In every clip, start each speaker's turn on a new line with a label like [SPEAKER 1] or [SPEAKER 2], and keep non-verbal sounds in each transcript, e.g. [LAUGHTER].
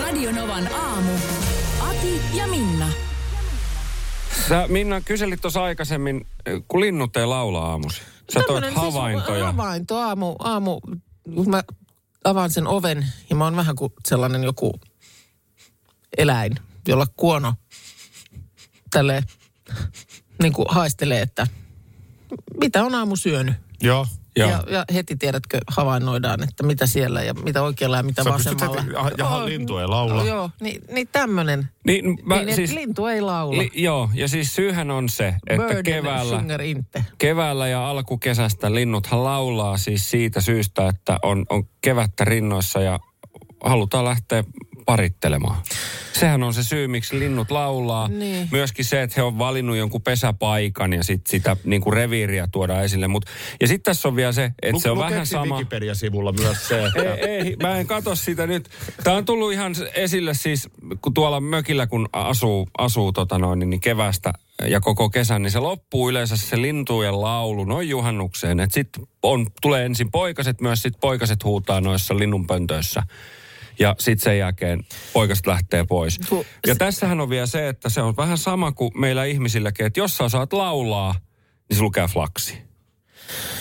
[SPEAKER 1] Radionovan aamu. Ati ja Minna.
[SPEAKER 2] Sä Minna kyselit tuossa aikaisemmin, eh, kun linnut ei laula aamusi. Sä toit
[SPEAKER 3] Tämmönen
[SPEAKER 2] havaintoja.
[SPEAKER 3] Siis havainto aamu, aamu, kun mä avaan sen oven ja mä oon vähän kuin sellainen joku eläin, jolla kuono tälle niin kuin haistelee, että mitä on aamu syönyt.
[SPEAKER 4] Joo.
[SPEAKER 2] Joo.
[SPEAKER 3] Ja, ja heti tiedätkö, havainnoidaan, että mitä siellä ja mitä oikealla ja mitä
[SPEAKER 4] Sä pystyt
[SPEAKER 3] vasemmalla. Oh.
[SPEAKER 4] heti- ah, jaha, lintu ei laula.
[SPEAKER 3] Joo, niin, niin tämmöinen.
[SPEAKER 2] Niin, mä,
[SPEAKER 3] niin, siis,
[SPEAKER 2] siis,
[SPEAKER 3] lintu ei laula.
[SPEAKER 2] li, joo, ja siis syyhän on se, että
[SPEAKER 3] Bird and
[SPEAKER 2] keväällä,
[SPEAKER 3] Singer inte.
[SPEAKER 2] keväällä ja alkukesästä linnuthan laulaa siis siitä syystä, että on, on kevättä rinnoissa ja halutaan lähteä parittelemaan. Sehän on se syy, miksi linnut laulaa.
[SPEAKER 3] Niin.
[SPEAKER 2] Myöskin se, että he on valinnut jonkun pesäpaikan ja sit sitä niin kuin reviiriä tuodaan esille. Mut, ja sitten tässä on vielä se, että se on
[SPEAKER 4] Lukeeksi
[SPEAKER 2] vähän sama. Niin.
[SPEAKER 4] Wikipedia-sivulla myös se, että...
[SPEAKER 2] Ei, ei, mä en katso sitä nyt. Tämä on tullut ihan esille siis, kun tuolla mökillä kun asuu, asuu tota noin, niin kevästä ja koko kesän, niin se loppuu yleensä se lintujen laulu noin juhannukseen. Et sit on, tulee ensin poikaset myös, sit poikaset huutaa noissa linnunpöntöissä. Ja sitten sen jälkeen poikaset lähtee pois.
[SPEAKER 3] Tuo-
[SPEAKER 2] Ja tässähän on vielä se, että se on vähän sama kuin meillä ihmisilläkin, että jos sä osaat laulaa, niin se lukee flaksi.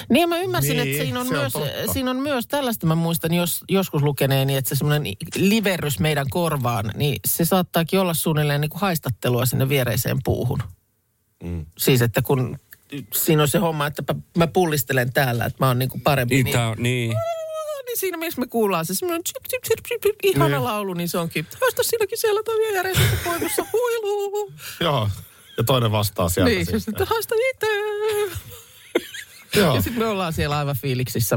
[SPEAKER 3] Niin ja mä ymmärsin,
[SPEAKER 4] Niin,
[SPEAKER 3] että siinä on,
[SPEAKER 4] se on
[SPEAKER 3] myös,
[SPEAKER 4] totta.
[SPEAKER 3] siinä on myös, tällaista mä muistan jos, joskus lukeneeni, että se semmoinen liverrys meidän korvaan, niin se saattaakin olla suunnilleen niin kuin haistattelua sinne viereiseen puuhun. Mm. Siis että kun siinä on se homma, että mä- mä pullistelen täällä, että mä oon niin kuin parempi.
[SPEAKER 2] Niin, tää, niin.
[SPEAKER 3] niin siinä missä me kuullaan se semmoinen chip, chip, chip, chip, chip, ihana laulu, niin se onkin, haista sinäkin siellä tai viereisessä koivussa huiluu.
[SPEAKER 4] Joo. Ja toinen vastaa sieltä
[SPEAKER 3] Niin, se
[SPEAKER 4] sitten.
[SPEAKER 3] sitten haista itse.
[SPEAKER 4] Joo.
[SPEAKER 3] Ja sitten me ollaan siellä aivan fiiliksissä.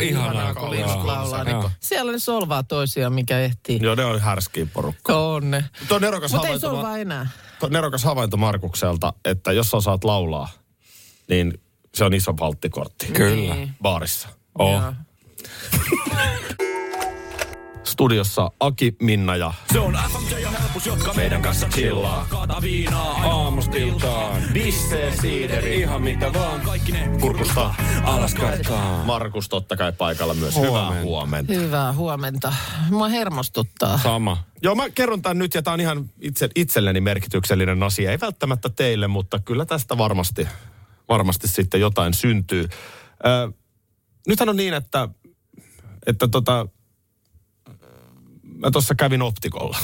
[SPEAKER 2] ihanaa,
[SPEAKER 3] ihanaa, kun
[SPEAKER 2] kaunista
[SPEAKER 3] linnut
[SPEAKER 2] laulua.
[SPEAKER 3] laulaa. Niin
[SPEAKER 2] Joo.
[SPEAKER 3] kun- siellä ne solvaa toisiaan, mikä ehtii.
[SPEAKER 4] Joo, ne on härskiä porukka.
[SPEAKER 3] Onne.
[SPEAKER 4] Tuo nerokas,
[SPEAKER 3] Mutta ei
[SPEAKER 4] havainto, Ma-
[SPEAKER 3] solvaa enää.
[SPEAKER 4] tuo nerokas havainto Markukselta, että jos sä osaat laulaa, niin se on iso valttikortti.
[SPEAKER 2] Kyllä.
[SPEAKER 3] Niin.
[SPEAKER 4] Baarissa.
[SPEAKER 2] Oh.
[SPEAKER 3] Joo.
[SPEAKER 4] Studiossa Aki, Minna ja...
[SPEAKER 5] Se on FMJ ja helpus, jotka meidän kanssa chillaa. Kaata viinaa
[SPEAKER 2] Aamustiltaan.
[SPEAKER 5] Bissee siideri.
[SPEAKER 2] Ihan mitä vaan.
[SPEAKER 5] Kaikki ne
[SPEAKER 4] Kurkusta.
[SPEAKER 2] Alas karttaa.
[SPEAKER 4] Markus totta kai paikalla myös. Hyvää huomenta.
[SPEAKER 3] Hyvää huomenta. Mua hermostuttaa.
[SPEAKER 2] Sama.
[SPEAKER 4] Joo, mä kerron tämän nyt ja tämä on ihan itse, itselleni merkityksellinen asia. Ei välttämättä teille, mutta kyllä tästä varmasti, varmasti sitten jotain syntyy. Ö, nythän on niin, että, että tota, mä tuossa kävin optikolla.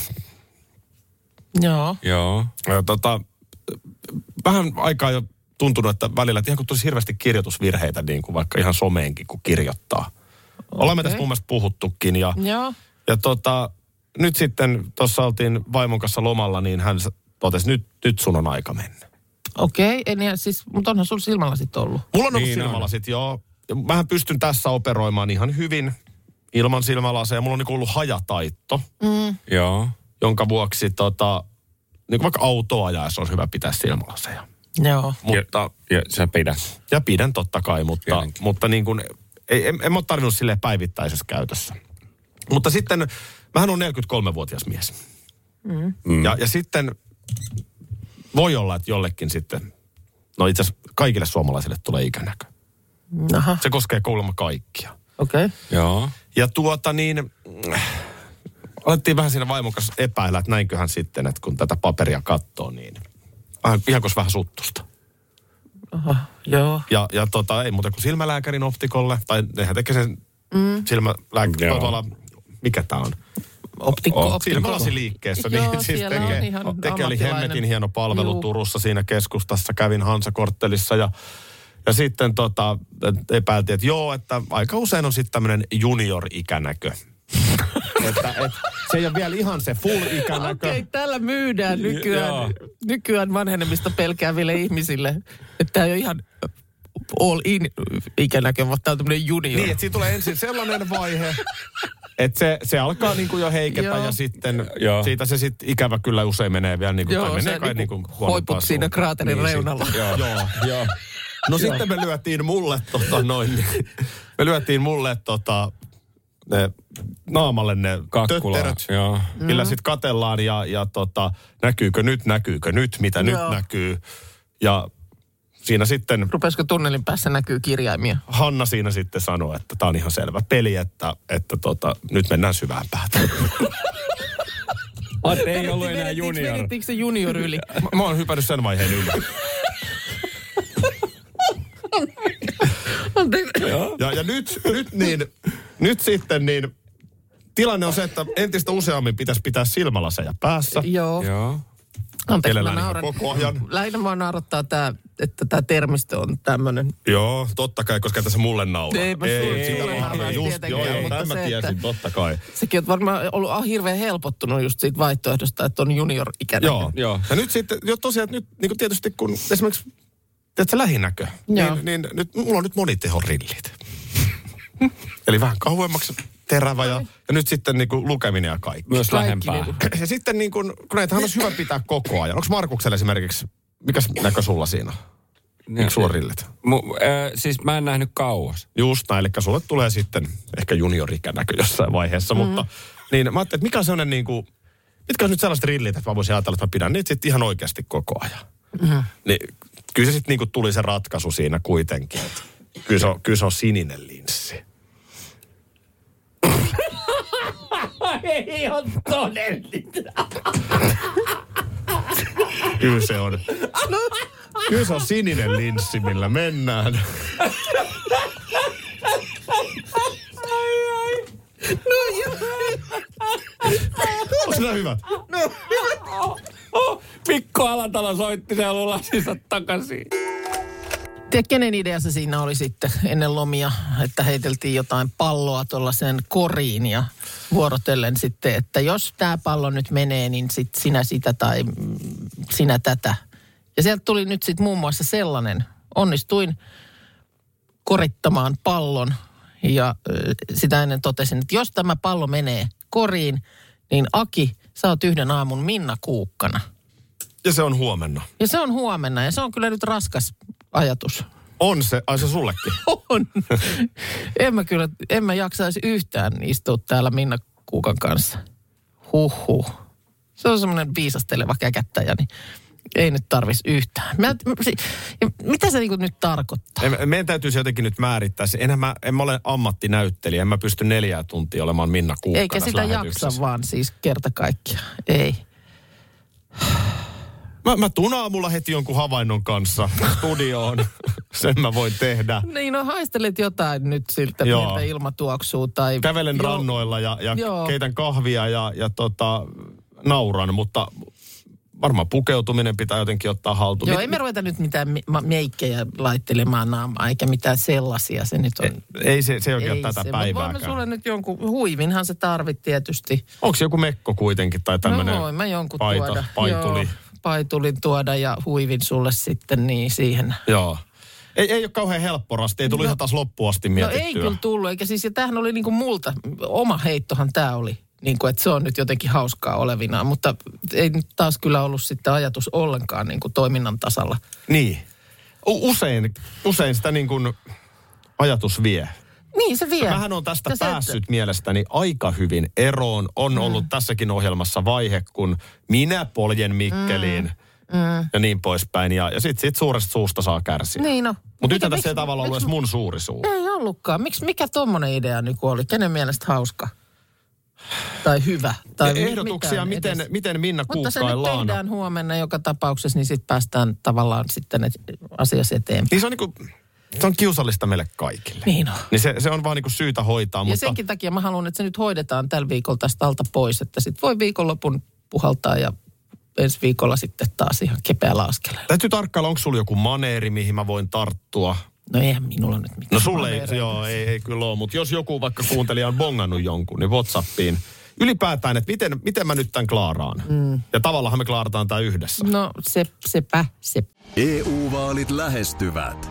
[SPEAKER 3] Joo.
[SPEAKER 2] Joo.
[SPEAKER 4] Ö, tota, vähän aikaa jo tuntunut, että välillä, että ihan kun tulisi hirveästi kirjoitusvirheitä, niin kuin vaikka ihan someenkin, kun kirjoittaa. Okay. Olemme tästä mun mielestä puhuttukin ja...
[SPEAKER 3] Joo.
[SPEAKER 4] Ja tota, nyt sitten tuossa oltiin vaimon kanssa lomalla, niin hän s- totesi, nyt, nyt sun on aika mennä.
[SPEAKER 3] Okei, en ihan siis, mutta onhan sulla silmälasit ollut.
[SPEAKER 4] Mulla on ollut
[SPEAKER 2] Niin
[SPEAKER 4] niin
[SPEAKER 2] on.
[SPEAKER 4] silmälasit, joo. Ja Mähän pystyn tässä operoimaan ihan hyvin ilman silmälaseja. Mulla on niinku ollut hajataitto,
[SPEAKER 2] Joo.
[SPEAKER 4] jonka vuoksi tota, niinku vaikka autoa ajaessa on hyvä pitää silmälaseja.
[SPEAKER 3] Joo.
[SPEAKER 4] Mutta,
[SPEAKER 2] Ja sä pidät.
[SPEAKER 4] ja pidän totta kai, mutta,
[SPEAKER 2] Tietenkin.
[SPEAKER 4] mutta niin kuin, ei, en, en mä ole tarvinnut silleen päivittäisessä käytössä. Mutta sitten, mähän on 43-vuotias mies. Mm. Ja, ja sitten voi olla, että jollekin sitten, no itse asiassa kaikille suomalaisille tulee ikänäkö.
[SPEAKER 3] Aha,
[SPEAKER 4] Se koskee kuulemma kaikkia.
[SPEAKER 3] okei. Okay.
[SPEAKER 2] Joo.
[SPEAKER 4] Ja tuota niin, mm, alettiin vähän siinä vaimon kanssa epäillä, että näinköhän sitten, että kun tätä paperia katsoo, niin vähän, ihan kuin olisi vähän suttusta.
[SPEAKER 3] Joo.
[SPEAKER 4] Ja, ja tota, ei muuta kuin silmälääkärin optikolle, tai nehän tekee sen mm. silmälääkärin,
[SPEAKER 2] Joo.
[SPEAKER 4] tuolla, mikä tämä on?
[SPEAKER 3] Optikko, optikko.
[SPEAKER 4] Silmälasiliikkeessä,
[SPEAKER 3] Joo,
[SPEAKER 4] niin siis
[SPEAKER 3] siellä on
[SPEAKER 4] tekee,
[SPEAKER 3] ihan
[SPEAKER 4] tekee oli
[SPEAKER 3] ammattilainen.
[SPEAKER 4] hemmetin hieno palvelu
[SPEAKER 3] Juu.
[SPEAKER 4] Turussa siinä keskustassa, kävin Hansakorttelissa ja, ja sitten tota, et- epäiltiin, että joo, että aika usein on sitten tämmöinen junior-ikänäkö. [LAUGHS] että, et, se ei ole vielä ihan se full-ikänäkö.
[SPEAKER 3] Okei, tällä myydään
[SPEAKER 2] Joo.
[SPEAKER 3] nykyään, nykyään vanhenemista pelkääville ihmisille. Että tämä ei ole ihan all in ikänäkö, vaan tämä on tämmöinen junior.
[SPEAKER 4] Niin, että siinä tulee ensin sellainen vaihe, Et se, se alkaa niinku jo heiketä
[SPEAKER 3] Joo.
[SPEAKER 4] ja sitten
[SPEAKER 2] Joo.
[SPEAKER 4] siitä se sitten ikävä kyllä usein menee vielä niinku,
[SPEAKER 3] Joo,
[SPEAKER 4] tai
[SPEAKER 3] sä
[SPEAKER 4] menee kai
[SPEAKER 3] niinku
[SPEAKER 4] niinku,
[SPEAKER 3] hoiput
[SPEAKER 4] huonompaan
[SPEAKER 3] siinä
[SPEAKER 4] suuntaan.
[SPEAKER 3] kraaterin
[SPEAKER 4] Niin,
[SPEAKER 3] reunalla.
[SPEAKER 4] sit- [LAUGHS] Joo, joo, joo. No sitten me lyötiin mulle tota noin, [LAUGHS] niin- me lyötiin mulle tota ne naamalle ne
[SPEAKER 2] Kakkulaa.
[SPEAKER 4] tötteröt,
[SPEAKER 2] Joo.
[SPEAKER 3] Mm.
[SPEAKER 4] millä sitten katellaan ja, ja tota, näkyykö nyt, näkyykö nyt, mitä
[SPEAKER 3] Joo.
[SPEAKER 4] nyt näkyy. Ja siinä sitten
[SPEAKER 3] Rupesiko tunnelin päässä näkyy kirjaimia?
[SPEAKER 4] Hanna siinä sitten sanoi, että tämä on ihan selvä peli, että, että tota, nyt mennään syvään päätä.
[SPEAKER 2] Ah, ei ollut enää
[SPEAKER 3] Vedettiinkö-
[SPEAKER 2] junior.
[SPEAKER 3] Vedettiinkö se junior yli?
[SPEAKER 4] Mä, mä oon hypännyt sen vaiheen yli.
[SPEAKER 3] [LAUGHS] Anteeksi.
[SPEAKER 4] Ja, ja nyt, nyt, niin, nyt sitten niin tilanne on se, että entistä useammin pitäisi pitää silmälaseja päässä.
[SPEAKER 3] Joo.
[SPEAKER 2] Joo.
[SPEAKER 3] Anteeksi, mä
[SPEAKER 4] Elellään ihan
[SPEAKER 3] nauran.
[SPEAKER 4] koko ajan.
[SPEAKER 3] Lähinnä vaan naurattaa tämä, että tämä termistö on tämmöinen.
[SPEAKER 4] Joo, totta kai, koska tässä mulle nauraa.
[SPEAKER 3] Ei, mä sulle- sulle harvemmin
[SPEAKER 4] just,
[SPEAKER 3] tietenkään,
[SPEAKER 4] joo, joo,
[SPEAKER 3] mutta
[SPEAKER 4] tämän mä
[SPEAKER 3] se,
[SPEAKER 4] tiesin,
[SPEAKER 3] että-
[SPEAKER 4] totta kai.
[SPEAKER 3] Sekin on varmaan ollut ah, hirveän helpottunut just siitä vaihtoehdosta, että on junior-ikäinen.
[SPEAKER 4] Joo.
[SPEAKER 2] Joo.
[SPEAKER 4] joo. Ja nyt sitten, jo tosiaan, nyt niin kuin tietysti kun esimerkiksi, tiedätkö lähinäkö,
[SPEAKER 3] Joo.
[SPEAKER 4] niin, niin nyt mulla on nyt monitehorillit. [LAUGHS] Eli vähän kauemmaksi terävä ja, ja nyt sitten niin kuin lukeminen ja kaikki.
[SPEAKER 2] Myös
[SPEAKER 3] Kaikki
[SPEAKER 2] lähempää.
[SPEAKER 3] niinku-
[SPEAKER 4] Ja sitten niin kuin, kun näitähän olisi hyvä pitää koko ajan. Onko Markuksella esimerkiksi, mikäs näkö sulla siinä on?
[SPEAKER 2] Niin,
[SPEAKER 4] Miksi sulla on rillit?
[SPEAKER 2] Mu, ö, siis mä en nähnyt kauas.
[SPEAKER 4] Just näin, eli sulle tulee sitten ehkä juniorikänäkö jossain vaiheessa, mm-hmm. mutta niin mä ajattelin, että mikä on sellainen niin kuin, mitkä on nyt sellaiset rillit, että mä voisin ajatella, että mä pidän niitä sitten ihan oikeasti koko ajan. Mm-hmm. Niin kyllä se sitten niin kuin tuli se ratkaisu siinä kuitenkin, että kyllä se on, kyllä se on sininen linssi.
[SPEAKER 3] Ei ole todellista.
[SPEAKER 4] Kyllä se on. Kyllä se on sininen linssi, millä mennään.
[SPEAKER 3] No joo.
[SPEAKER 4] Onko se hyvä?
[SPEAKER 2] Oh, Mikko Alatalo soitti, se ollut lasinsa takaisin.
[SPEAKER 3] Tiedä, kenen idea se siinä oli sitten ennen lomia, että heiteltiin jotain palloa tuolla sen koriin ja vuorotellen sitten, että jos tämä pallo nyt menee, niin sit sinä sitä tai mm, sinä tätä. Ja sieltä tuli nyt sitten muun muassa sellainen, onnistuin korittamaan pallon ja ö, sitä ennen totesin, että jos tämä pallo menee koriin, niin Aki, sä oot yhden aamun Minna Kuukkana.
[SPEAKER 4] Ja se on huomenna.
[SPEAKER 3] Ja se on huomenna ja se on kyllä nyt raskas ajatus.
[SPEAKER 4] On se, ai se sullekin.
[SPEAKER 3] on. [LAUGHS] en mä kyllä, en mä jaksaisi yhtään istua täällä Minna Kuukan kanssa. Huhhuh. Se on semmoinen viisasteleva käkättäjä, niin ei nyt tarvis yhtään. Mä, m- si- ja mitä se niinku nyt tarkoittaa?
[SPEAKER 4] En- Meidän täytyy se jotenkin nyt määrittää. Se- Enhän mä, en mä ole ammattinäyttelijä, en mä pysty neljää tuntia olemaan Minna Kuukkana
[SPEAKER 3] Eikä sitä jaksa vaan siis kerta kaikkiaan. Ei.
[SPEAKER 4] Mä, mä tun aamulla heti jonkun havainnon kanssa studioon. [LAUGHS] Sen mä voin tehdä.
[SPEAKER 3] Niin, no haistelet jotain nyt siltä,
[SPEAKER 4] Joo.
[SPEAKER 3] miltä ilma tuoksuu tai...
[SPEAKER 4] Kävelen
[SPEAKER 3] Joo.
[SPEAKER 4] rannoilla ja, ja
[SPEAKER 3] Joo.
[SPEAKER 4] keitän kahvia ja, ja tota, nauran, mutta varmaan pukeutuminen pitää jotenkin ottaa haltuun.
[SPEAKER 3] Joo,
[SPEAKER 4] Mit-
[SPEAKER 3] ei me ruveta nyt mitään me- ma- meikkejä laittelemaan naamaa, eikä mitään sellaisia. Se nyt on
[SPEAKER 4] ei se, se ei oikein
[SPEAKER 3] Ei
[SPEAKER 4] ei tätä
[SPEAKER 3] se, mut voin mä
[SPEAKER 4] päivääkään.
[SPEAKER 3] sulle nyt jonkun, huivinhan se tarvit tietysti.
[SPEAKER 4] Onko joku mekko kuitenkin tai tämmöinen
[SPEAKER 3] no voin mä jonkun
[SPEAKER 4] paita,
[SPEAKER 3] tuoda.
[SPEAKER 4] paituli?
[SPEAKER 3] Joo, paitulin tuoda ja huivin sulle sitten niin siihen.
[SPEAKER 4] Joo. Ei, ei ole kauhean helppo rasti, ei tullut no, ihan taas loppuun asti mietittyä.
[SPEAKER 3] No ei kyllä tullut, eikä siis, ja tämähän oli niinku multa, oma heittohan tämä oli. Niin kuin, että se on nyt jotenkin hauskaa olevinaan, mutta ei nyt taas kyllä ollut sitten ajatus ollenkaan niin kuin toiminnan tasalla.
[SPEAKER 4] Niin. U- usein, usein sitä niin kuin ajatus vie.
[SPEAKER 3] Niin se Mm. vie.
[SPEAKER 4] Mähän on tästä
[SPEAKER 3] Tässä-
[SPEAKER 4] päässyt mielestäni aika hyvin eroon. On ollut tässäkin ohjelmassa vaihe, kun minä poljen Mikkeliin
[SPEAKER 3] Mm.
[SPEAKER 4] ja niin poispäin. Ja, ja sit, sit suuresta suusta saa kärsiä.
[SPEAKER 3] Niin no.
[SPEAKER 4] Mutta
[SPEAKER 3] Mikä- Mm.
[SPEAKER 4] nyt tässä ei
[SPEAKER 3] miksi-
[SPEAKER 4] tavallaan ollut
[SPEAKER 3] miksi-
[SPEAKER 4] edes mun suuri suu.
[SPEAKER 3] Ei ollutkaan. Miks, mikä tommonen idea nyt oli? Kenen mielestä hauska? Tai hyvä? Tai mi-
[SPEAKER 4] Ehdotuksia,
[SPEAKER 3] mitään
[SPEAKER 4] miten,
[SPEAKER 3] edes.
[SPEAKER 4] miten Minna
[SPEAKER 3] Mutta se nyt
[SPEAKER 4] kuukkaillaan.
[SPEAKER 3] tehdään huomenna joka tapauksessa, niin sitten päästään tavallaan sitten et- asiassa eteenpäin.
[SPEAKER 4] Niin se on, niinku, se on kiusallista meille kaikille.
[SPEAKER 3] Niin on.
[SPEAKER 4] Niin se, se on vaan niinku syytä hoitaa.
[SPEAKER 3] Ja
[SPEAKER 4] mutta...
[SPEAKER 3] senkin takia mä haluan, että se nyt hoidetaan tällä viikolla tästä alta pois, että sitten voi viikonlopun puhaltaa ja ensi viikolla sitten taas ihan kepeällä askeleella.
[SPEAKER 4] Täytyy tarkkailla, onko sulla joku maneeri, mihin mä voin tarttua.
[SPEAKER 3] No eihän minulla nyt mitään.
[SPEAKER 4] No sulle ei, joo, ei, ei kyllä ole, mutta jos joku vaikka kuuntelija on bongannut jonkun, niin Whatsappiin. Ylipäätään, että miten, miten mä nyt tämän klaaraan. Mm. Ja tavallaan
[SPEAKER 3] Mm.
[SPEAKER 4] me klaarataan tämä yhdessä.
[SPEAKER 3] No se, sepä, se.
[SPEAKER 6] EU-vaalit E lähestyvät.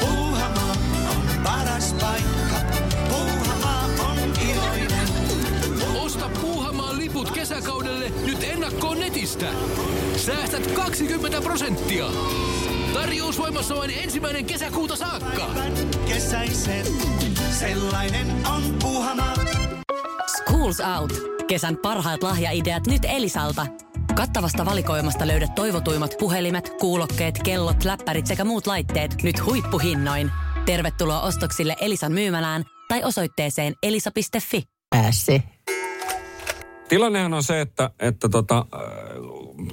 [SPEAKER 7] Puuhamaa on paras paikka. Puuhamaa on iloinen.
[SPEAKER 5] Osta Puuhamaan liput kesäkaudelle nyt ennakkoon netistä. Säästät 20 prosenttia. Tarjous voimassa vain ensimmäinen kesäkuuta saakka.
[SPEAKER 7] Kesäisen. Sellainen on Puuhamaa.
[SPEAKER 8] Schools Out. Kesän parhaat lahjaideat nyt Elisalta. Kattavasta valikoimasta löydät toivotuimmat puhelimet, kuulokkeet, kellot, läppärit sekä muut laitteet nyt huippuhinnoin. Tervetuloa ostoksille Elisan myymälään tai osoitteeseen elisa.fi.
[SPEAKER 3] Pääse.
[SPEAKER 2] Tilannehan on se, että että tota, äh,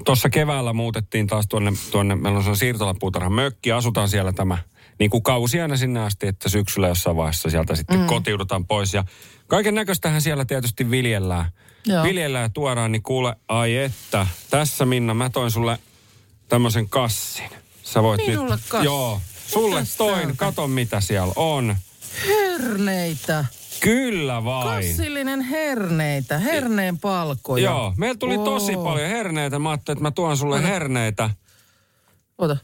[SPEAKER 2] tuossa keväällä muutettiin taas tuonne, tuonne meillä on se siirtolapuutarhan mökki, asutaan siellä tämä niin kuin kausi aina sinne asti, että syksyllä jossain vaiheessa sieltä sitten mm. kotiudutaan pois. Ja kaiken näköistähän siellä tietysti viljellään.
[SPEAKER 3] Joo.
[SPEAKER 2] Viljellään ja tuodaan, niin kuule, ai että, tässä Minna, mä toin sulle tämmöisen kassin. Sä voit
[SPEAKER 3] Minulle
[SPEAKER 2] nyt,
[SPEAKER 3] Niin kassi?
[SPEAKER 2] Joo, sulle
[SPEAKER 3] Mitäs täältä?
[SPEAKER 2] toin, kato mitä siellä on.
[SPEAKER 3] Herneitä.
[SPEAKER 2] Kyllä vain.
[SPEAKER 3] Kassillinen herneitä. Herneen palkoja.
[SPEAKER 2] Joo, meillä tuli
[SPEAKER 3] Oo.
[SPEAKER 2] tosi paljon herneitä. Mä ajattelin, että mä tuon sulle herneitä.
[SPEAKER 3] Ota.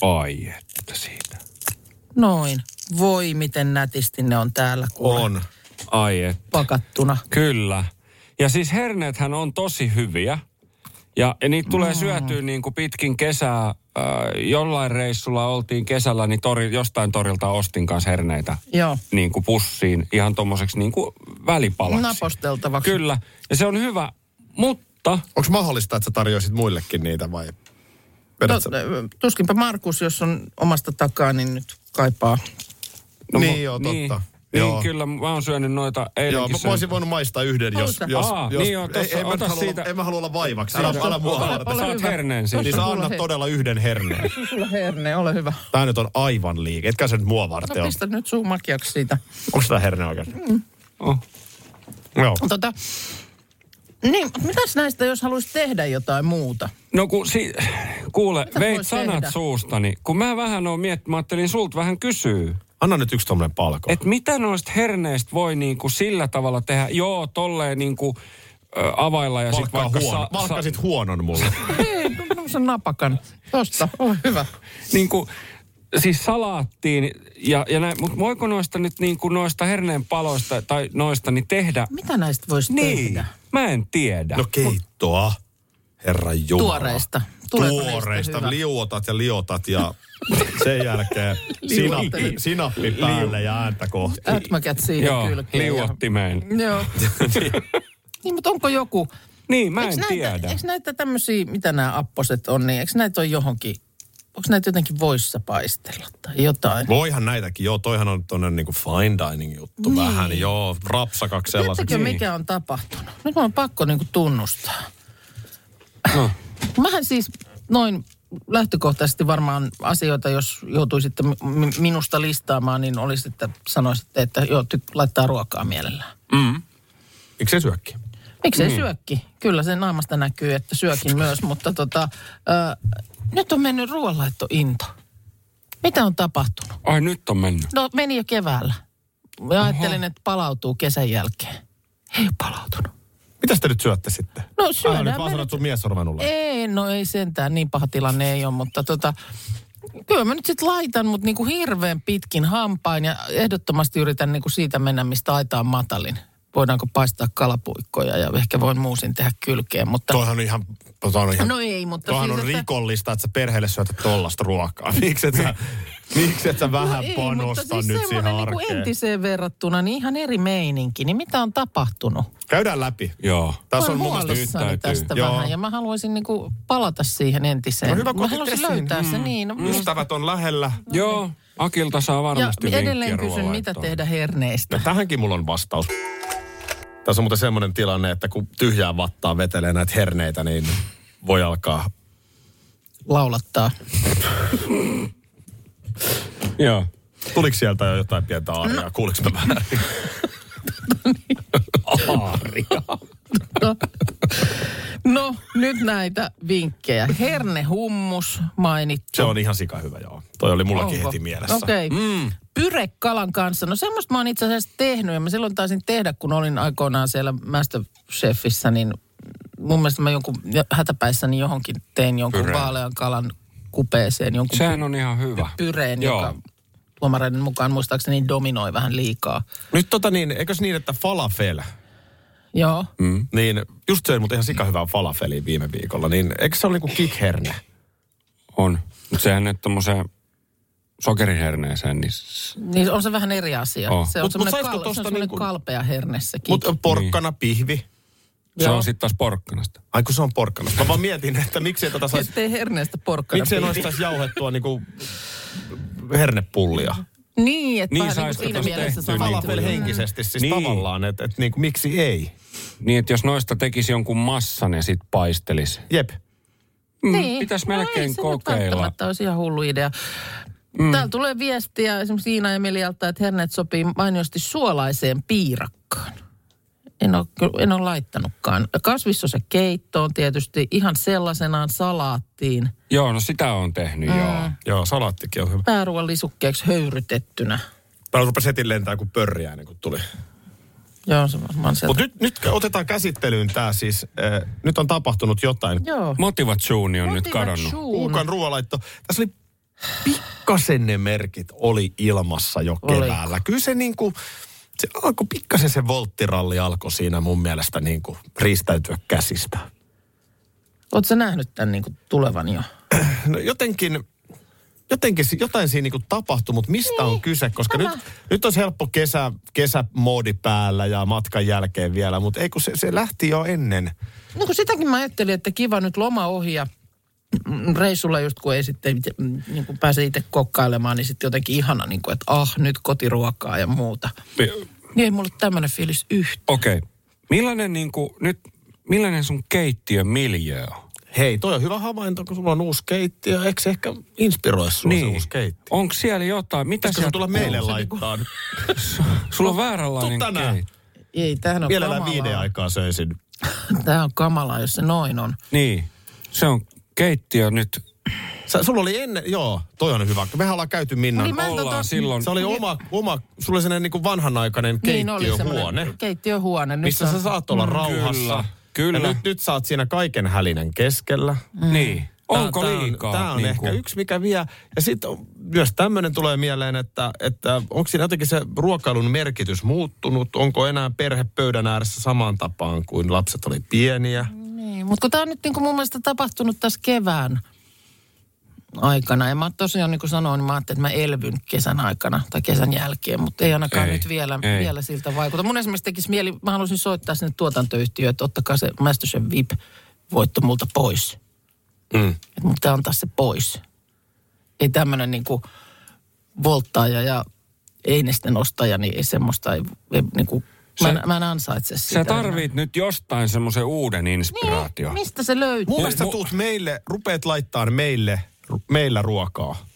[SPEAKER 2] Ai että siitä.
[SPEAKER 3] Noin. Voi miten nätisti ne on täällä kuule.
[SPEAKER 4] On.
[SPEAKER 2] Ai et.
[SPEAKER 3] Pakattuna.
[SPEAKER 2] Kyllä. Ja siis herneethän on tosi hyviä. Ja ja niitä tulee syötyä niin kuin pitkin kesää. Äh, jollain reissulla oltiin kesällä, niin tori, jostain torilta ostin kanssa herneitä.
[SPEAKER 3] Joo.
[SPEAKER 2] Niin kuin pussiin, ihan tommoseksi niin kuin välipalaksi.
[SPEAKER 3] Naposteltavaksi.
[SPEAKER 2] Kyllä. Ja se on hyvä, mutta
[SPEAKER 4] Onko mahdollista, että sä tarjoisit muillekin niitä vai?
[SPEAKER 3] No,
[SPEAKER 4] Vedät sä-
[SPEAKER 3] tuskinpä Markus, jos on omasta takaa, niin nyt kaipaa.
[SPEAKER 4] niin
[SPEAKER 2] mu-
[SPEAKER 4] joo, totta.
[SPEAKER 2] Niin,
[SPEAKER 4] Joo.
[SPEAKER 2] niin kyllä, mä oon syönyt noita eilenkin.
[SPEAKER 4] Joo, mä, mä
[SPEAKER 2] söin.
[SPEAKER 4] olisin voinut maistaa yhden, jos...
[SPEAKER 3] Ota.
[SPEAKER 4] jos,
[SPEAKER 2] Aa,
[SPEAKER 4] jos
[SPEAKER 2] niin joo, tossa,
[SPEAKER 4] ei, ei, mä
[SPEAKER 2] ota
[SPEAKER 4] nyt halua,
[SPEAKER 2] siitä.
[SPEAKER 4] en mä halua olla vaivaksi. Älä,
[SPEAKER 3] Siis
[SPEAKER 4] älä mua
[SPEAKER 3] Ole-
[SPEAKER 4] haavata.
[SPEAKER 3] ole
[SPEAKER 2] Saat
[SPEAKER 3] hyvä. Siis-
[SPEAKER 2] herneen siis. siitä.
[SPEAKER 4] Niin
[SPEAKER 3] Tuossa
[SPEAKER 4] sä
[SPEAKER 3] mulla
[SPEAKER 4] annat
[SPEAKER 3] he-
[SPEAKER 4] todella yhden herneen.
[SPEAKER 3] Sulla herne, ole hyvä.
[SPEAKER 4] Tää nyt on aivan liikaa. Etkä sä nyt mua varten
[SPEAKER 3] No
[SPEAKER 4] no,
[SPEAKER 3] pistä nyt suu makiaksi siitä.
[SPEAKER 4] Onko tää herne oikeasti?
[SPEAKER 2] Oh.
[SPEAKER 4] Joo.
[SPEAKER 3] Tota, niin, mut mitäs näistä, jos haluaisi tehdä jotain muuta?
[SPEAKER 2] No kun si- kuule,
[SPEAKER 3] Mitä voi
[SPEAKER 2] veit sanat
[SPEAKER 3] tehdä?
[SPEAKER 2] suustani. Kun mä vähän oon miettinyt, mä ajattelin sulta vähän kysyä.
[SPEAKER 4] Anna nyt yksi tommonen palko.
[SPEAKER 2] Että mitä noista herneistä voi niinku sillä tavalla tehdä? Joo, tolleen niinku ö, availla ja sitten
[SPEAKER 4] Palkkaa
[SPEAKER 2] vaikka
[SPEAKER 4] huono. Palkkasit
[SPEAKER 3] [LAUGHS]
[SPEAKER 4] huonon mulle.
[SPEAKER 3] Ei, no tämmösen napakan. Tosta, ole hyvä.
[SPEAKER 2] niinku, siis salaattiin ja, ja näin. Mutta voiko noista nyt niinku noista herneen paloista tai noista niin tehdä?
[SPEAKER 3] Mitä näistä voisi
[SPEAKER 2] Niin.
[SPEAKER 3] tehdä?
[SPEAKER 2] Mä en tiedä.
[SPEAKER 4] No keittoa. Herra Jumala.
[SPEAKER 3] Tuoreista. Tuleeko niistä hyvä?
[SPEAKER 4] Tuoreista. Liuotat ja
[SPEAKER 3] [LAUGHS]
[SPEAKER 4] liotat ja sen jälkeen sinappi,
[SPEAKER 3] Liuottele.
[SPEAKER 4] sinappi päälle ja ääntä kohti.
[SPEAKER 3] Ätmäkät siihen
[SPEAKER 2] Joo,
[SPEAKER 3] kylkeen.
[SPEAKER 2] liuottimeen.
[SPEAKER 3] Ja...
[SPEAKER 2] [LAUGHS]
[SPEAKER 3] Joo. niin, mutta onko joku...
[SPEAKER 2] Niin, mä en
[SPEAKER 3] Eiks näitä,
[SPEAKER 2] tiedä.
[SPEAKER 3] Eikö näitä tämmöisiä, mitä nämä apposet on, niin eikö näitä ole johonkin... Onko näitä jotenkin voissa paistella tai jotain?
[SPEAKER 4] Voihan näitäkin, joo, toihan on tuonne niinku fine dining juttu niin. vähän, joo, rapsakaksi sellaiseksi.
[SPEAKER 3] Tiedättekö,
[SPEAKER 4] Niin.
[SPEAKER 3] mikä on tapahtunut? Nyt mun on pakko niinku tunnustaa. No. [LAUGHS] Mähän siis noin lähtökohtaisesti varmaan asioita, jos joutuisitte mi- mi- minusta listaamaan, niin olisi, että sanoisitte, että joo, ty- laittaa ruokaa mielellään.
[SPEAKER 4] Miksi se syökki?
[SPEAKER 3] Miksei mm. syökki? Kyllä sen naamasta näkyy, että syökin myös, mutta tota, ö, nyt on mennyt ruoanlaittointo. Mitä on tapahtunut?
[SPEAKER 2] Ai nyt on mennyt.
[SPEAKER 3] No meni jo keväällä. Mä ajattelin, että palautuu kesän jälkeen. Ei ole palautunut.
[SPEAKER 4] Mitä te nyt syötte sitten?
[SPEAKER 3] No
[SPEAKER 4] Ah, nyt
[SPEAKER 3] syödään
[SPEAKER 4] vaan
[SPEAKER 3] me
[SPEAKER 4] sanot
[SPEAKER 3] nyt.
[SPEAKER 4] sun mies on ruvennut lähteä.
[SPEAKER 3] Ei, no ei sentään, niin paha tilanne ei ole, mutta tota, kyllä mä nyt sitten laitan, mutta niinku hirveän pitkin hampain ja ehdottomasti yritän niinku siitä mennä, mistä aita on matalin. Voidaanko paistaa kalapuikkoja ja ehkä voin muusin tehdä kylkeen, mutta...
[SPEAKER 4] Toihan on ihan, toihan on ihan,
[SPEAKER 3] No ei, mutta
[SPEAKER 4] toihan
[SPEAKER 3] siis,
[SPEAKER 4] on
[SPEAKER 3] että-
[SPEAKER 4] rikollista, että sä perheelle syötät tollasta ruokaa. [LAUGHS] Miksi et sä, miksi et sä vähän
[SPEAKER 3] No ei,
[SPEAKER 4] panosta
[SPEAKER 3] mutta siis
[SPEAKER 4] nyt siihen
[SPEAKER 3] semmoinen niinku
[SPEAKER 4] arkeen?
[SPEAKER 3] entiseen verrattuna, niin ihan eri meininki. Niin mitä on tapahtunut?
[SPEAKER 4] Käydään läpi.
[SPEAKER 2] Joo.
[SPEAKER 4] Tässä on
[SPEAKER 3] Olen
[SPEAKER 4] mun mielestä
[SPEAKER 3] huolissani
[SPEAKER 2] nyt täytyy.
[SPEAKER 3] tästä
[SPEAKER 4] Joo.
[SPEAKER 3] vähän ja mä haluaisin niinku palata siihen entiseen.
[SPEAKER 4] No hyvä, kun
[SPEAKER 3] mä
[SPEAKER 4] otit Mm.
[SPEAKER 3] haluaisin
[SPEAKER 4] esiin.
[SPEAKER 3] löytää se niin. No,
[SPEAKER 4] ystävät on lähellä.
[SPEAKER 2] Joo, Akilta saa
[SPEAKER 3] ja
[SPEAKER 2] varmasti
[SPEAKER 3] edelleen
[SPEAKER 2] vinkkiä
[SPEAKER 3] kysyn, mitä
[SPEAKER 2] ruoanlaittoon.
[SPEAKER 3] tehdä herneistä.
[SPEAKER 4] Ja tähänkin mulla on vastaus. Tässä on muuten semmoinen tilanne, että kun tyhjää vattaa vetelee näitä herneitä, niin voi alkaa
[SPEAKER 3] Laulattaa.
[SPEAKER 2] Joo.
[SPEAKER 4] Tuliko sieltä jo jotain pientä aariaa? No. Kuuliko mä
[SPEAKER 3] [LAUGHS]
[SPEAKER 4] väärin?
[SPEAKER 3] Tota niin. No. no, nyt näitä vinkkejä. Hernehummus mainittu.
[SPEAKER 4] Se on ihan sika hyvä, joo. Toi oli mullakin Onko? heti mielessä.
[SPEAKER 3] Okei. Okay. Mm. Pyrekalan kanssa. No semmoista mä oon itse asiassa tehnyt ja mä silloin taisin tehdä, kun olin aikoinaan siellä Masterchefissä, niin mun mielestä mä jonkun hätäpäissäni johonkin tein jonkun
[SPEAKER 2] Pyreen.
[SPEAKER 3] vaalean kalan kupeeseen, jonkun
[SPEAKER 2] Sehän on ihan hyvä.
[SPEAKER 3] pyreen,
[SPEAKER 2] Joo.
[SPEAKER 3] joka tuomareiden mukaan muistaakseni dominoi vähän liikaa.
[SPEAKER 4] Nyt tota niin, eikös niin, että falafel,
[SPEAKER 3] Joo.
[SPEAKER 4] mm. niin just söin mutta ihan sika hyvää falafeliä viime viikolla, niin eikö se ole niinku kikherne?
[SPEAKER 2] On. Mutta sehän nyt tommoseen sokeriherneeseen, niin s-
[SPEAKER 3] Niin on se vähän eri asia.
[SPEAKER 2] Oh.
[SPEAKER 3] Se on
[SPEAKER 4] Mut- mut
[SPEAKER 3] semmoinen kal-
[SPEAKER 4] saisiko
[SPEAKER 3] se on
[SPEAKER 4] tosta
[SPEAKER 3] semmoinen
[SPEAKER 4] niinku-
[SPEAKER 3] kalpea herne sekin.
[SPEAKER 4] Mutta porkkana, niin. pihvi.
[SPEAKER 2] se
[SPEAKER 3] Joo.
[SPEAKER 2] on sitten taas porkkanasta.
[SPEAKER 4] Ai kun se on porkkana. Mä vaan mietin, että miksei tätä saisi
[SPEAKER 3] Ettei herneestä porkkana.
[SPEAKER 4] Miksei
[SPEAKER 3] pihvi.
[SPEAKER 4] noista saisi jauhettua niinku hernepullia?
[SPEAKER 3] Niin, että
[SPEAKER 2] Niin,
[SPEAKER 3] niin, vähän niin
[SPEAKER 2] saisiko
[SPEAKER 3] siinä
[SPEAKER 2] tosta
[SPEAKER 3] mielessä
[SPEAKER 2] tehtyä
[SPEAKER 3] sama
[SPEAKER 2] niinku-
[SPEAKER 4] Falafel henkisesti siis niin.
[SPEAKER 2] Niin.
[SPEAKER 4] tavallaan, että et niinku, miksi ei?
[SPEAKER 2] Niin, että jos noista tekisi jonkun massan ja sit paistelisi.
[SPEAKER 4] Jep.
[SPEAKER 3] Niin.
[SPEAKER 2] Pitäisi
[SPEAKER 3] No
[SPEAKER 2] Mm. melkein
[SPEAKER 3] ei se nyt
[SPEAKER 2] kokeilla.
[SPEAKER 3] välttämättä olisi ihan hullu idea. Mm. Täällä tulee viestiä esimerkiksi Iina Emilialta, että hernet sopii mainiosti suolaiseen piirakkaan. En ole, kyllä- en ole laittanutkaan. Kasvissosa keittoon tietysti, ihan sellaisenaan salaattiin.
[SPEAKER 2] Joo, no sitä on tehnyt, mm. joo.
[SPEAKER 4] Joo, salaattikin on hyvä.
[SPEAKER 3] Pääruoan lisukkeeksi höyrytettynä.
[SPEAKER 4] Täällä rupesi heti lentää kuin pörriä ennen kuin tuli.
[SPEAKER 3] Joo, se varmaan sieltä.
[SPEAKER 4] Mutta nyt, nyt otetaan käsittelyyn tämä siis. Äh, nyt on tapahtunut jotain.
[SPEAKER 3] Joo.
[SPEAKER 2] Motivatsuuni on nyt kadonnut.
[SPEAKER 4] Kuukan ruoalaitto. Tässä oli pikkasen ne merkit oli ilmassa jo
[SPEAKER 3] Oliko?
[SPEAKER 4] keväällä. Kyllä se niinku, se alkoi pikkasen se volttiralli alkoi siinä mun mielestä niinku riistäytyä käsistä.
[SPEAKER 3] Oletko sä nähnyt tämän niin tulevan jo?
[SPEAKER 4] No jotenkin, jotenkin si- jotain siinä niinku tapahtui, mutta mistä niin. on kyse? Koska nyt, nyt olisi helppo kesä, kesämoodi päällä ja matkan jälkeen vielä, mutta ei kun se, se lähti jo ennen.
[SPEAKER 3] No kun sitäkin mä ajattelin, että kiva nyt loma ohi ja mm, reissulla just kun ei sitten mm, niin kun pääse itse kokkailemaan, niin sitten jotenkin ihana, niin kuin, että ah, nyt kotiruokaa ja muuta.
[SPEAKER 2] Pi-
[SPEAKER 3] Niin ei mulla tämmöinen fiilis yhtään.
[SPEAKER 2] Okei. Okay. Millainen niinku, nyt, millainen sun keittiön miljö on?
[SPEAKER 4] Hei, toi on hyvä havainto, kun sulla on uusi keittiö. Eikö se ehkä inspiroi sulla niin. se uusi keittiö?
[SPEAKER 2] Onko siellä jotain? Mitä
[SPEAKER 4] Pitäisikö sun
[SPEAKER 2] siellä
[SPEAKER 4] tulla meille laittaa?
[SPEAKER 2] Sulla on vääränlainen
[SPEAKER 4] Tuu tänään.
[SPEAKER 2] keittiö.
[SPEAKER 3] Ei, tämähän on
[SPEAKER 4] Mielellään viiden
[SPEAKER 3] kamalaa.
[SPEAKER 4] aikaa söisin.
[SPEAKER 3] Tämä on kamalaa, jos se noin on.
[SPEAKER 2] Niin. Se on keittiö nyt.
[SPEAKER 4] Sä, sulla oli ennen, joo, toi on hyvä. Mehän ollaan käyty Minnan.
[SPEAKER 3] Niin Mä en
[SPEAKER 2] Ollaan
[SPEAKER 3] tota-
[SPEAKER 2] silloin.
[SPEAKER 4] Se oli oma, oma sulla oli sellainen niin vanhanaikainen
[SPEAKER 3] Niin oli
[SPEAKER 4] keittiöhuone,
[SPEAKER 3] semmoinen keittiöhuone. Nyt
[SPEAKER 4] missä
[SPEAKER 3] se
[SPEAKER 4] sä
[SPEAKER 3] on-
[SPEAKER 4] saat olla rauhassa.
[SPEAKER 2] Kyllä, kyllä.
[SPEAKER 4] Ja nyt, nyt sä oot siinä kaiken hälinän keskellä.
[SPEAKER 2] Mm. Niin. Onko
[SPEAKER 4] tää,
[SPEAKER 2] liikaa?
[SPEAKER 4] Tämä on, tää on
[SPEAKER 2] niinku?
[SPEAKER 4] ehkä yksi, mikä vie. Ja sitten myös tämmöinen tulee mieleen, että, että onko siinä jotenkin se ruokailun merkitys muuttunut? Onko enää perhe pöydän ääressä samaan tapaan kuin lapset oli pieniä?
[SPEAKER 3] Niin, mutta kun tämä on nyt niin kuin mun mielestä tapahtunut tässä kevään aikana. Ja mä tosiaan niin kuin sanoin, niin mä ajattelin, että mä elvyn kesän aikana tai kesän jälkeen, mutta ei ainakaan
[SPEAKER 2] Ei,
[SPEAKER 3] nyt vielä,
[SPEAKER 2] ei.
[SPEAKER 3] vielä siltä vaikuta. Mun esimerkiksi tekisi mieli, mä haluaisin soittaa sinne tuotantoyhtiöön, että ottakaa se Masterchef VIP-voitto multa pois.
[SPEAKER 4] Mm.
[SPEAKER 3] Että mun pitää antaa se pois. Ei tämmöinen niin kuin volttaaja ja einesten ostaja, niin ei semmoista, ei, ei niin kuin, mä, en,
[SPEAKER 2] Sä-
[SPEAKER 3] mä en ansaitse sitä.
[SPEAKER 2] Sä
[SPEAKER 3] enää.
[SPEAKER 2] tarvit nyt jostain semmoisen uuden inspiraation.
[SPEAKER 3] Niin, mistä se löytyy?
[SPEAKER 4] Mun mielestä tuut meille, rupeat laittaa meille, ru- meillä ruokaa.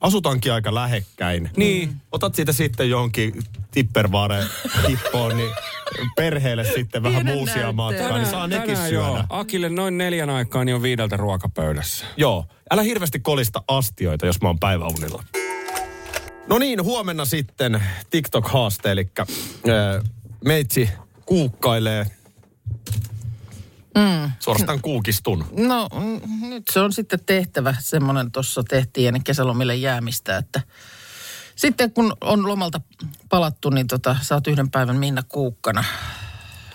[SPEAKER 4] Asutaankin aika lähekkäin. Niin. Otat siitä sitten johonkin tippervare tippoon, niin perheelle sitten vähän
[SPEAKER 3] Pienen
[SPEAKER 4] muusia
[SPEAKER 3] näytteen.
[SPEAKER 4] matkaa, niin saa nekin
[SPEAKER 2] tänään
[SPEAKER 4] syödä.
[SPEAKER 2] Joo. Akille noin neljän aikaa niin on viideltä ruokapöydässä.
[SPEAKER 4] Joo, älä hirveästi kolista astioita, jos mä oon päiväunilla. No niin, huomenna sitten TikTok-haaste, eli äh, meitsi kuukkailee. Mm. Suorastaan kuukistun.
[SPEAKER 3] No mm, nyt se on sitten tehtävä, semmoinen tuossa tehtiin ennen kesälomille jäämistä, että sitten kun on lomalta palattu, niin tota, sä oot yhden päivän Minna Kuukkana.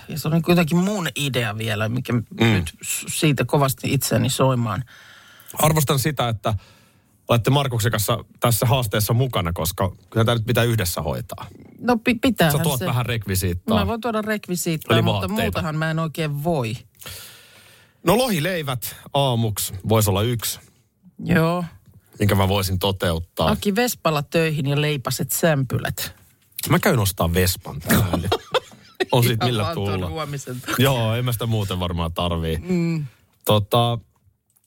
[SPEAKER 3] Ja se on kuitenkin mun idea vielä, mikä mm. nyt s- siitä kovasti itseäni soimaan.
[SPEAKER 4] Arvostan sitä, että olette Markuksen kanssa tässä haasteessa mukana, koska kyllä tämä nyt pitää yhdessä hoitaa.
[SPEAKER 3] No pi- pitäähän
[SPEAKER 4] Sä tuot
[SPEAKER 3] se.
[SPEAKER 4] vähän rekvisiittaa.
[SPEAKER 3] Mä voin tuoda rekvisiittaa,
[SPEAKER 4] Eli
[SPEAKER 3] mutta
[SPEAKER 4] vaatteita.
[SPEAKER 3] muutahan mä en oikein voi.
[SPEAKER 4] No lohileivät aamuksi voisi olla yksi,
[SPEAKER 3] Joo.
[SPEAKER 4] minkä mä voisin toteuttaa. Okay.
[SPEAKER 3] Aki Vespala töihin ja leipaset sämpylät.
[SPEAKER 4] Mä käyn ostaa
[SPEAKER 3] [LAUGHS]
[SPEAKER 4] Vespan tähän. On No sit
[SPEAKER 3] Ihan
[SPEAKER 4] millä
[SPEAKER 3] vaan tuon
[SPEAKER 4] tuulla.
[SPEAKER 3] Huomisen.
[SPEAKER 4] Joo, en mä sitä muuten varmaan tarvii. Mm. Tota,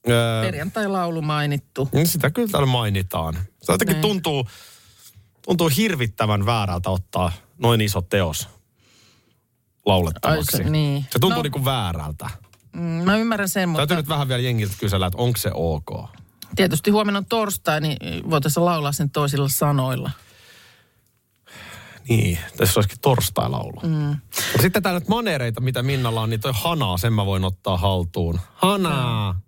[SPEAKER 4] öö,
[SPEAKER 3] Perjantai-laulu mainittu.
[SPEAKER 4] niin sitä kyllä täällä mainitaan. Se jotenkin tuntuu, tuntuu hirvittävän väärältä ottaa noin iso teos laulettavaksi.
[SPEAKER 3] Ai se- niin.
[SPEAKER 4] se tuntuu
[SPEAKER 3] No.
[SPEAKER 4] no. niin kuin väärältä.
[SPEAKER 3] Mm, Mä ymmärrän sen, mutta
[SPEAKER 4] Täytyy nyt vähän vielä jengiltä kysellä, että onko se ok.
[SPEAKER 3] tietysti huomenna on torstai, niin voitaisiin laulaa sen toisilla sanoilla.
[SPEAKER 4] Niin, tässä olisikin torstailaulu. Mm. Sitten täällä nyt manereita, mitä Minnalla on, niin toi hanaa, sen mä voin ottaa haltuun. Hanaa!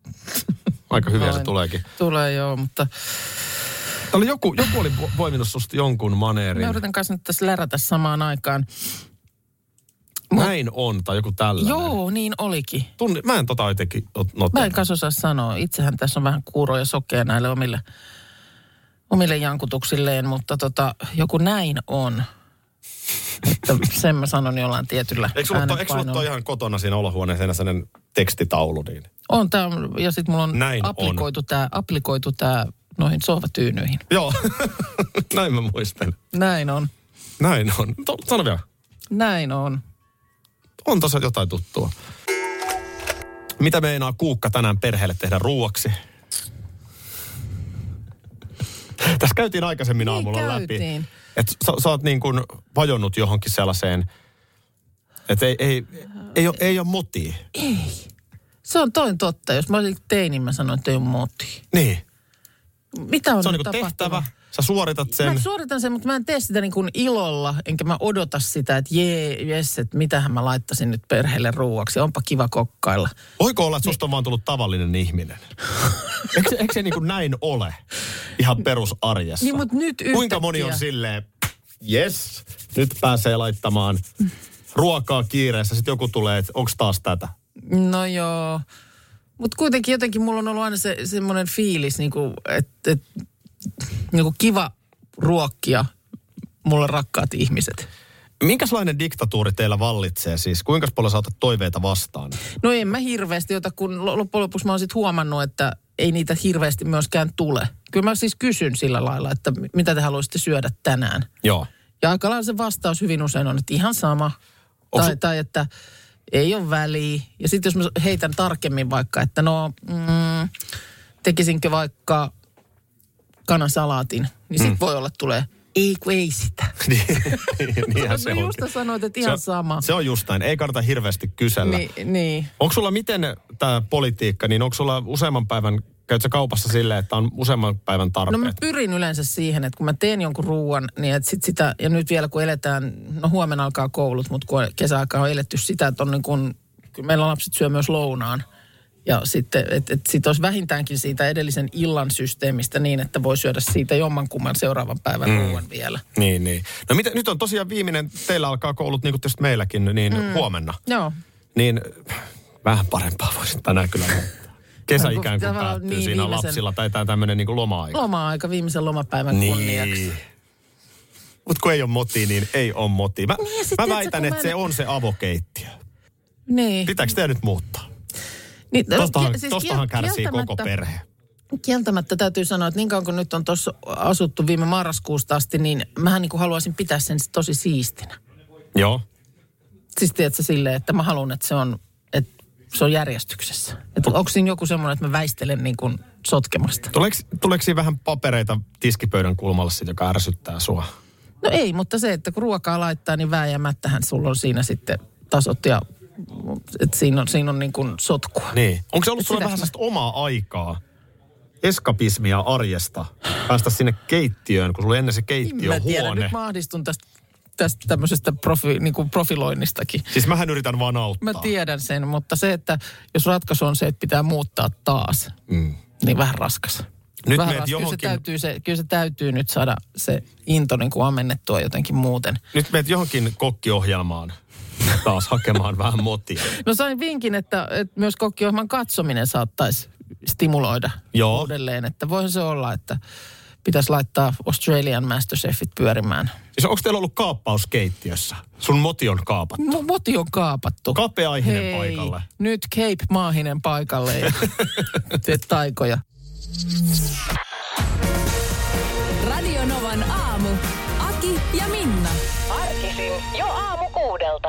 [SPEAKER 4] Aika hyviä se
[SPEAKER 3] Mm. Noin.
[SPEAKER 4] tuleekin.
[SPEAKER 3] Tulee joo, mutta
[SPEAKER 4] Täällä oli joku, joku oli vo- voiminut susta jonkun maneerin.
[SPEAKER 3] mä yritän kanssa nyt tässä lärätä samaan aikaan.
[SPEAKER 4] Näin on, tai joku tällainen.
[SPEAKER 3] Joo, niin olikin.
[SPEAKER 4] Tunni, mä en tota jotenkin ot- note.
[SPEAKER 3] Mä en kanssa osaa sanoa. Itsehän tässä on vähän kuuro ja sokea näille omille, omille jankutuksilleen, mutta tota, joku näin
[SPEAKER 4] [LAUGHS]
[SPEAKER 3] on. Että sen mä sanon jollain tietyllä
[SPEAKER 4] Eikö sulla, toi, eikö sulla
[SPEAKER 3] äänenpainolla.
[SPEAKER 4] toi ihan kotona siinä olohuoneessa sellainen tekstitaulu? Niin?
[SPEAKER 3] On tää, ja sitten mulla on
[SPEAKER 4] Näin
[SPEAKER 3] Näin
[SPEAKER 4] on.
[SPEAKER 3] aplikoitu tämä aplikoitu tää noihin sohvatyynyihin.
[SPEAKER 4] Joo, [LAUGHS] näin mä muistan.
[SPEAKER 3] Näin on.
[SPEAKER 4] Näin on. To, sano vielä.
[SPEAKER 3] Näin on.
[SPEAKER 4] on tässä jotain tuttua. Mitä meinaa Kuukka tänään perheelle tehdä ruuaksi? [LAUGHS] Tässä käytiin aikaisemmin
[SPEAKER 3] Niin
[SPEAKER 4] aamulla läpi.
[SPEAKER 3] käytiin.
[SPEAKER 4] Että sä, sä oot niin kuin vajonnut johonkin sellaiseen, että ei, ei, ei, ole, ei ole moti.
[SPEAKER 3] Se on toin totta. Jos mä olisin teini, niin mä sanoin, että ei ole moti.
[SPEAKER 4] Niin.
[SPEAKER 3] Mitä on
[SPEAKER 4] Se on
[SPEAKER 3] nyt
[SPEAKER 4] niin kuin tehtävä.
[SPEAKER 3] tapahtunut?
[SPEAKER 4] Sä suoritat
[SPEAKER 3] Sen... Mä
[SPEAKER 4] sen.
[SPEAKER 3] suoritan sen, mutta mä en tee sitä niin kuin ilolla, enkä mä odota sitä, että jee, jes, että mitähän mä laittaisin nyt perheelle ruuaksi. Onpa kiva kokkailla.
[SPEAKER 4] Voiko olla, että susta on vaan tullut tavallinen ihminen? Eikö, se- eikö se niin kuin näin ole ihan perusarjessa?
[SPEAKER 3] Niin, mut nyt
[SPEAKER 4] Kuinka moni on
[SPEAKER 3] yhtäkkiä.
[SPEAKER 4] silleen, yes, nyt pääsee laittamaan ruokaa kiireessä. Sitten joku tulee, että onko taas tätä?
[SPEAKER 3] No joo. Mutta kuitenkin jotenkin mulla on ollut aina se, semmoinen fiilis, niin kuin, että, että niin kuin kiva ruokkia mulla rakkaat ihmiset.
[SPEAKER 4] Minkälainen diktatuuri teillä vallitsee siis? Kuinka paljon saatat toiveita vastaan?
[SPEAKER 3] No en mä hirveästi, jota kun lo- loppujen lopuksi mä oon sit huomannut, että ei niitä hirveästi myöskään tule. Kyllä mä siis kysyn sillä lailla, että mi- mitä te haluaisitte syödä tänään.
[SPEAKER 4] [LAUGHS] Joo.
[SPEAKER 3] Ja aika lailla se vastaus hyvin usein on, että ihan sama.
[SPEAKER 4] Onks-
[SPEAKER 3] Tai, tai että ei ole väliä. Ja sitten jos mä heitän tarkemmin vaikka, että no mm, tekisinkö vaikka kanasalaatin, niin
[SPEAKER 4] Mm.
[SPEAKER 3] sitten voi olla tulee, ei kun ei sitä.
[SPEAKER 4] Niin, [LAUGHS]
[SPEAKER 3] [LAUGHS]
[SPEAKER 4] Niinhän se
[SPEAKER 3] no
[SPEAKER 4] on.
[SPEAKER 3] just sanoit, että ihan
[SPEAKER 4] se,
[SPEAKER 3] sama.
[SPEAKER 4] Se on just näin. Ei kannata hirveästi kysellä. Niin.
[SPEAKER 3] Ni, niin.
[SPEAKER 4] Onko sulla miten tämä politiikka, niin onko sulla useamman päivän, käytkö sä kaupassa silleen, että on useamman päivän
[SPEAKER 3] No mä
[SPEAKER 4] tarpeet?
[SPEAKER 3] pyrin yleensä siihen, että kun mä teen jonkun ruuan, niin että sit sitä, ja nyt vielä kun eletään, no huomenna alkaa koulut, mutta kun kesäaikaa on eletty sitä, että on niin kun, kyllä meillä lapset syö myös lounaan. Ja sitten, että et sit olisi vähintäänkin siitä edellisen illan systeemistä niin, että voi syödä siitä jommankumman seuraavan päivän mm. ruuan vielä.
[SPEAKER 4] Niin, niin. No mitä, nyt on tosiaan viimeinen, teillä alkaa koulut niin kuin tietysti meilläkin, niin mm. huomenna.
[SPEAKER 3] Joo.
[SPEAKER 4] Niin vähän parempaa voisi tänään kyllä kesäikään, kun
[SPEAKER 3] Tavallaan
[SPEAKER 4] päättyy
[SPEAKER 3] niin,
[SPEAKER 4] siinä
[SPEAKER 3] viimeisen-
[SPEAKER 4] lapsilla tai tämä tämmöinen niin loma-aika.
[SPEAKER 3] Loma-aika viimeisen lomapäivän
[SPEAKER 4] Niin.
[SPEAKER 3] kunniaksi.
[SPEAKER 4] Mutta kun ei ole moti, niin ei ole moti. Mä,
[SPEAKER 3] Niin, ja sit
[SPEAKER 4] mä
[SPEAKER 3] tiedätkö,
[SPEAKER 4] väitän,
[SPEAKER 3] kun
[SPEAKER 4] että
[SPEAKER 3] mä en-
[SPEAKER 4] se on se avokeittiö.
[SPEAKER 3] Niin.
[SPEAKER 4] Pitääkö tämä nyt muuttaa?
[SPEAKER 3] niin no,
[SPEAKER 4] Tostahan,
[SPEAKER 3] ki- siis
[SPEAKER 4] tostahan
[SPEAKER 3] kiel-
[SPEAKER 4] kärsii koko
[SPEAKER 3] kieltämättä-
[SPEAKER 4] perhe.
[SPEAKER 3] Kieltämättä täytyy sanoa, että niin kauan kun nyt on tuossa asuttu viime marraskuusta asti, niin mähän niin kuin haluaisin pitää sen tosi siistinä.
[SPEAKER 4] Joo.
[SPEAKER 3] Siis tiedätkö silleen, että mä haluan, että se on, että se on järjestyksessä. Että onko siinä joku semmoinen, että mä väistelen niin kuin sotkemasta?
[SPEAKER 4] Tuleeko, tuleeko siinä vähän papereita tiskipöydän kulmalle, sit, joka ärsyttää sua?
[SPEAKER 3] No ei, mutta se, että kun ruokaa laittaa, niin vääjäämättähän sulla on siinä sitten tasot ja että siinä on, siinä on niin kuin sotkua.
[SPEAKER 4] Niin. Onko se ollut sulla
[SPEAKER 3] Sitä
[SPEAKER 4] vähän
[SPEAKER 3] mä-
[SPEAKER 4] sellaista omaa aikaa, eskapismia arjesta, päästä sinne keittiöön, kun sulla oli ennen se
[SPEAKER 3] En Niin mä tiedä,
[SPEAKER 4] keittiöhuone?
[SPEAKER 3] nyt mä ahdistun tästä, tästä tämmöisestä profi, niin kuin profiloinnistakin.
[SPEAKER 4] Siis mähän yritän vaan auttaa.
[SPEAKER 3] Mä tiedän sen, mutta se, että jos ratkaisu on se, että pitää muuttaa taas, mm. niin vähän raskas.
[SPEAKER 4] Nyt
[SPEAKER 3] vähän
[SPEAKER 4] meet
[SPEAKER 3] Kyllä, se
[SPEAKER 4] johonkin-
[SPEAKER 3] täytyy, se, kyllä se täytyy nyt saada se into niin kuin ammennettua jotenkin muuten.
[SPEAKER 4] Nyt meet johonkin kokkiohjelmaan taas hakemaan vähän motia.
[SPEAKER 3] No sain vinkin, että, että myös kokkiohjelman katsominen saattaisi stimuloida
[SPEAKER 4] Joo.
[SPEAKER 3] uudelleen. Että voihan se olla, että pitäisi laittaa Australian Masterchefit pyörimään.
[SPEAKER 4] Siis onko teillä ollut kaappaus keittiössä? Sun moti on kaapattu.
[SPEAKER 3] Mu- Moti on kaapattu.
[SPEAKER 4] Kapea ihminen
[SPEAKER 3] Hei,
[SPEAKER 4] paikalle.
[SPEAKER 3] nyt Cape Maahinen paikalle
[SPEAKER 4] [LAUGHS]
[SPEAKER 3] ja teet taikoja.
[SPEAKER 1] Radio Novan aamu. Aki ja Minna.
[SPEAKER 9] Arkisin jo aamu kuudelta.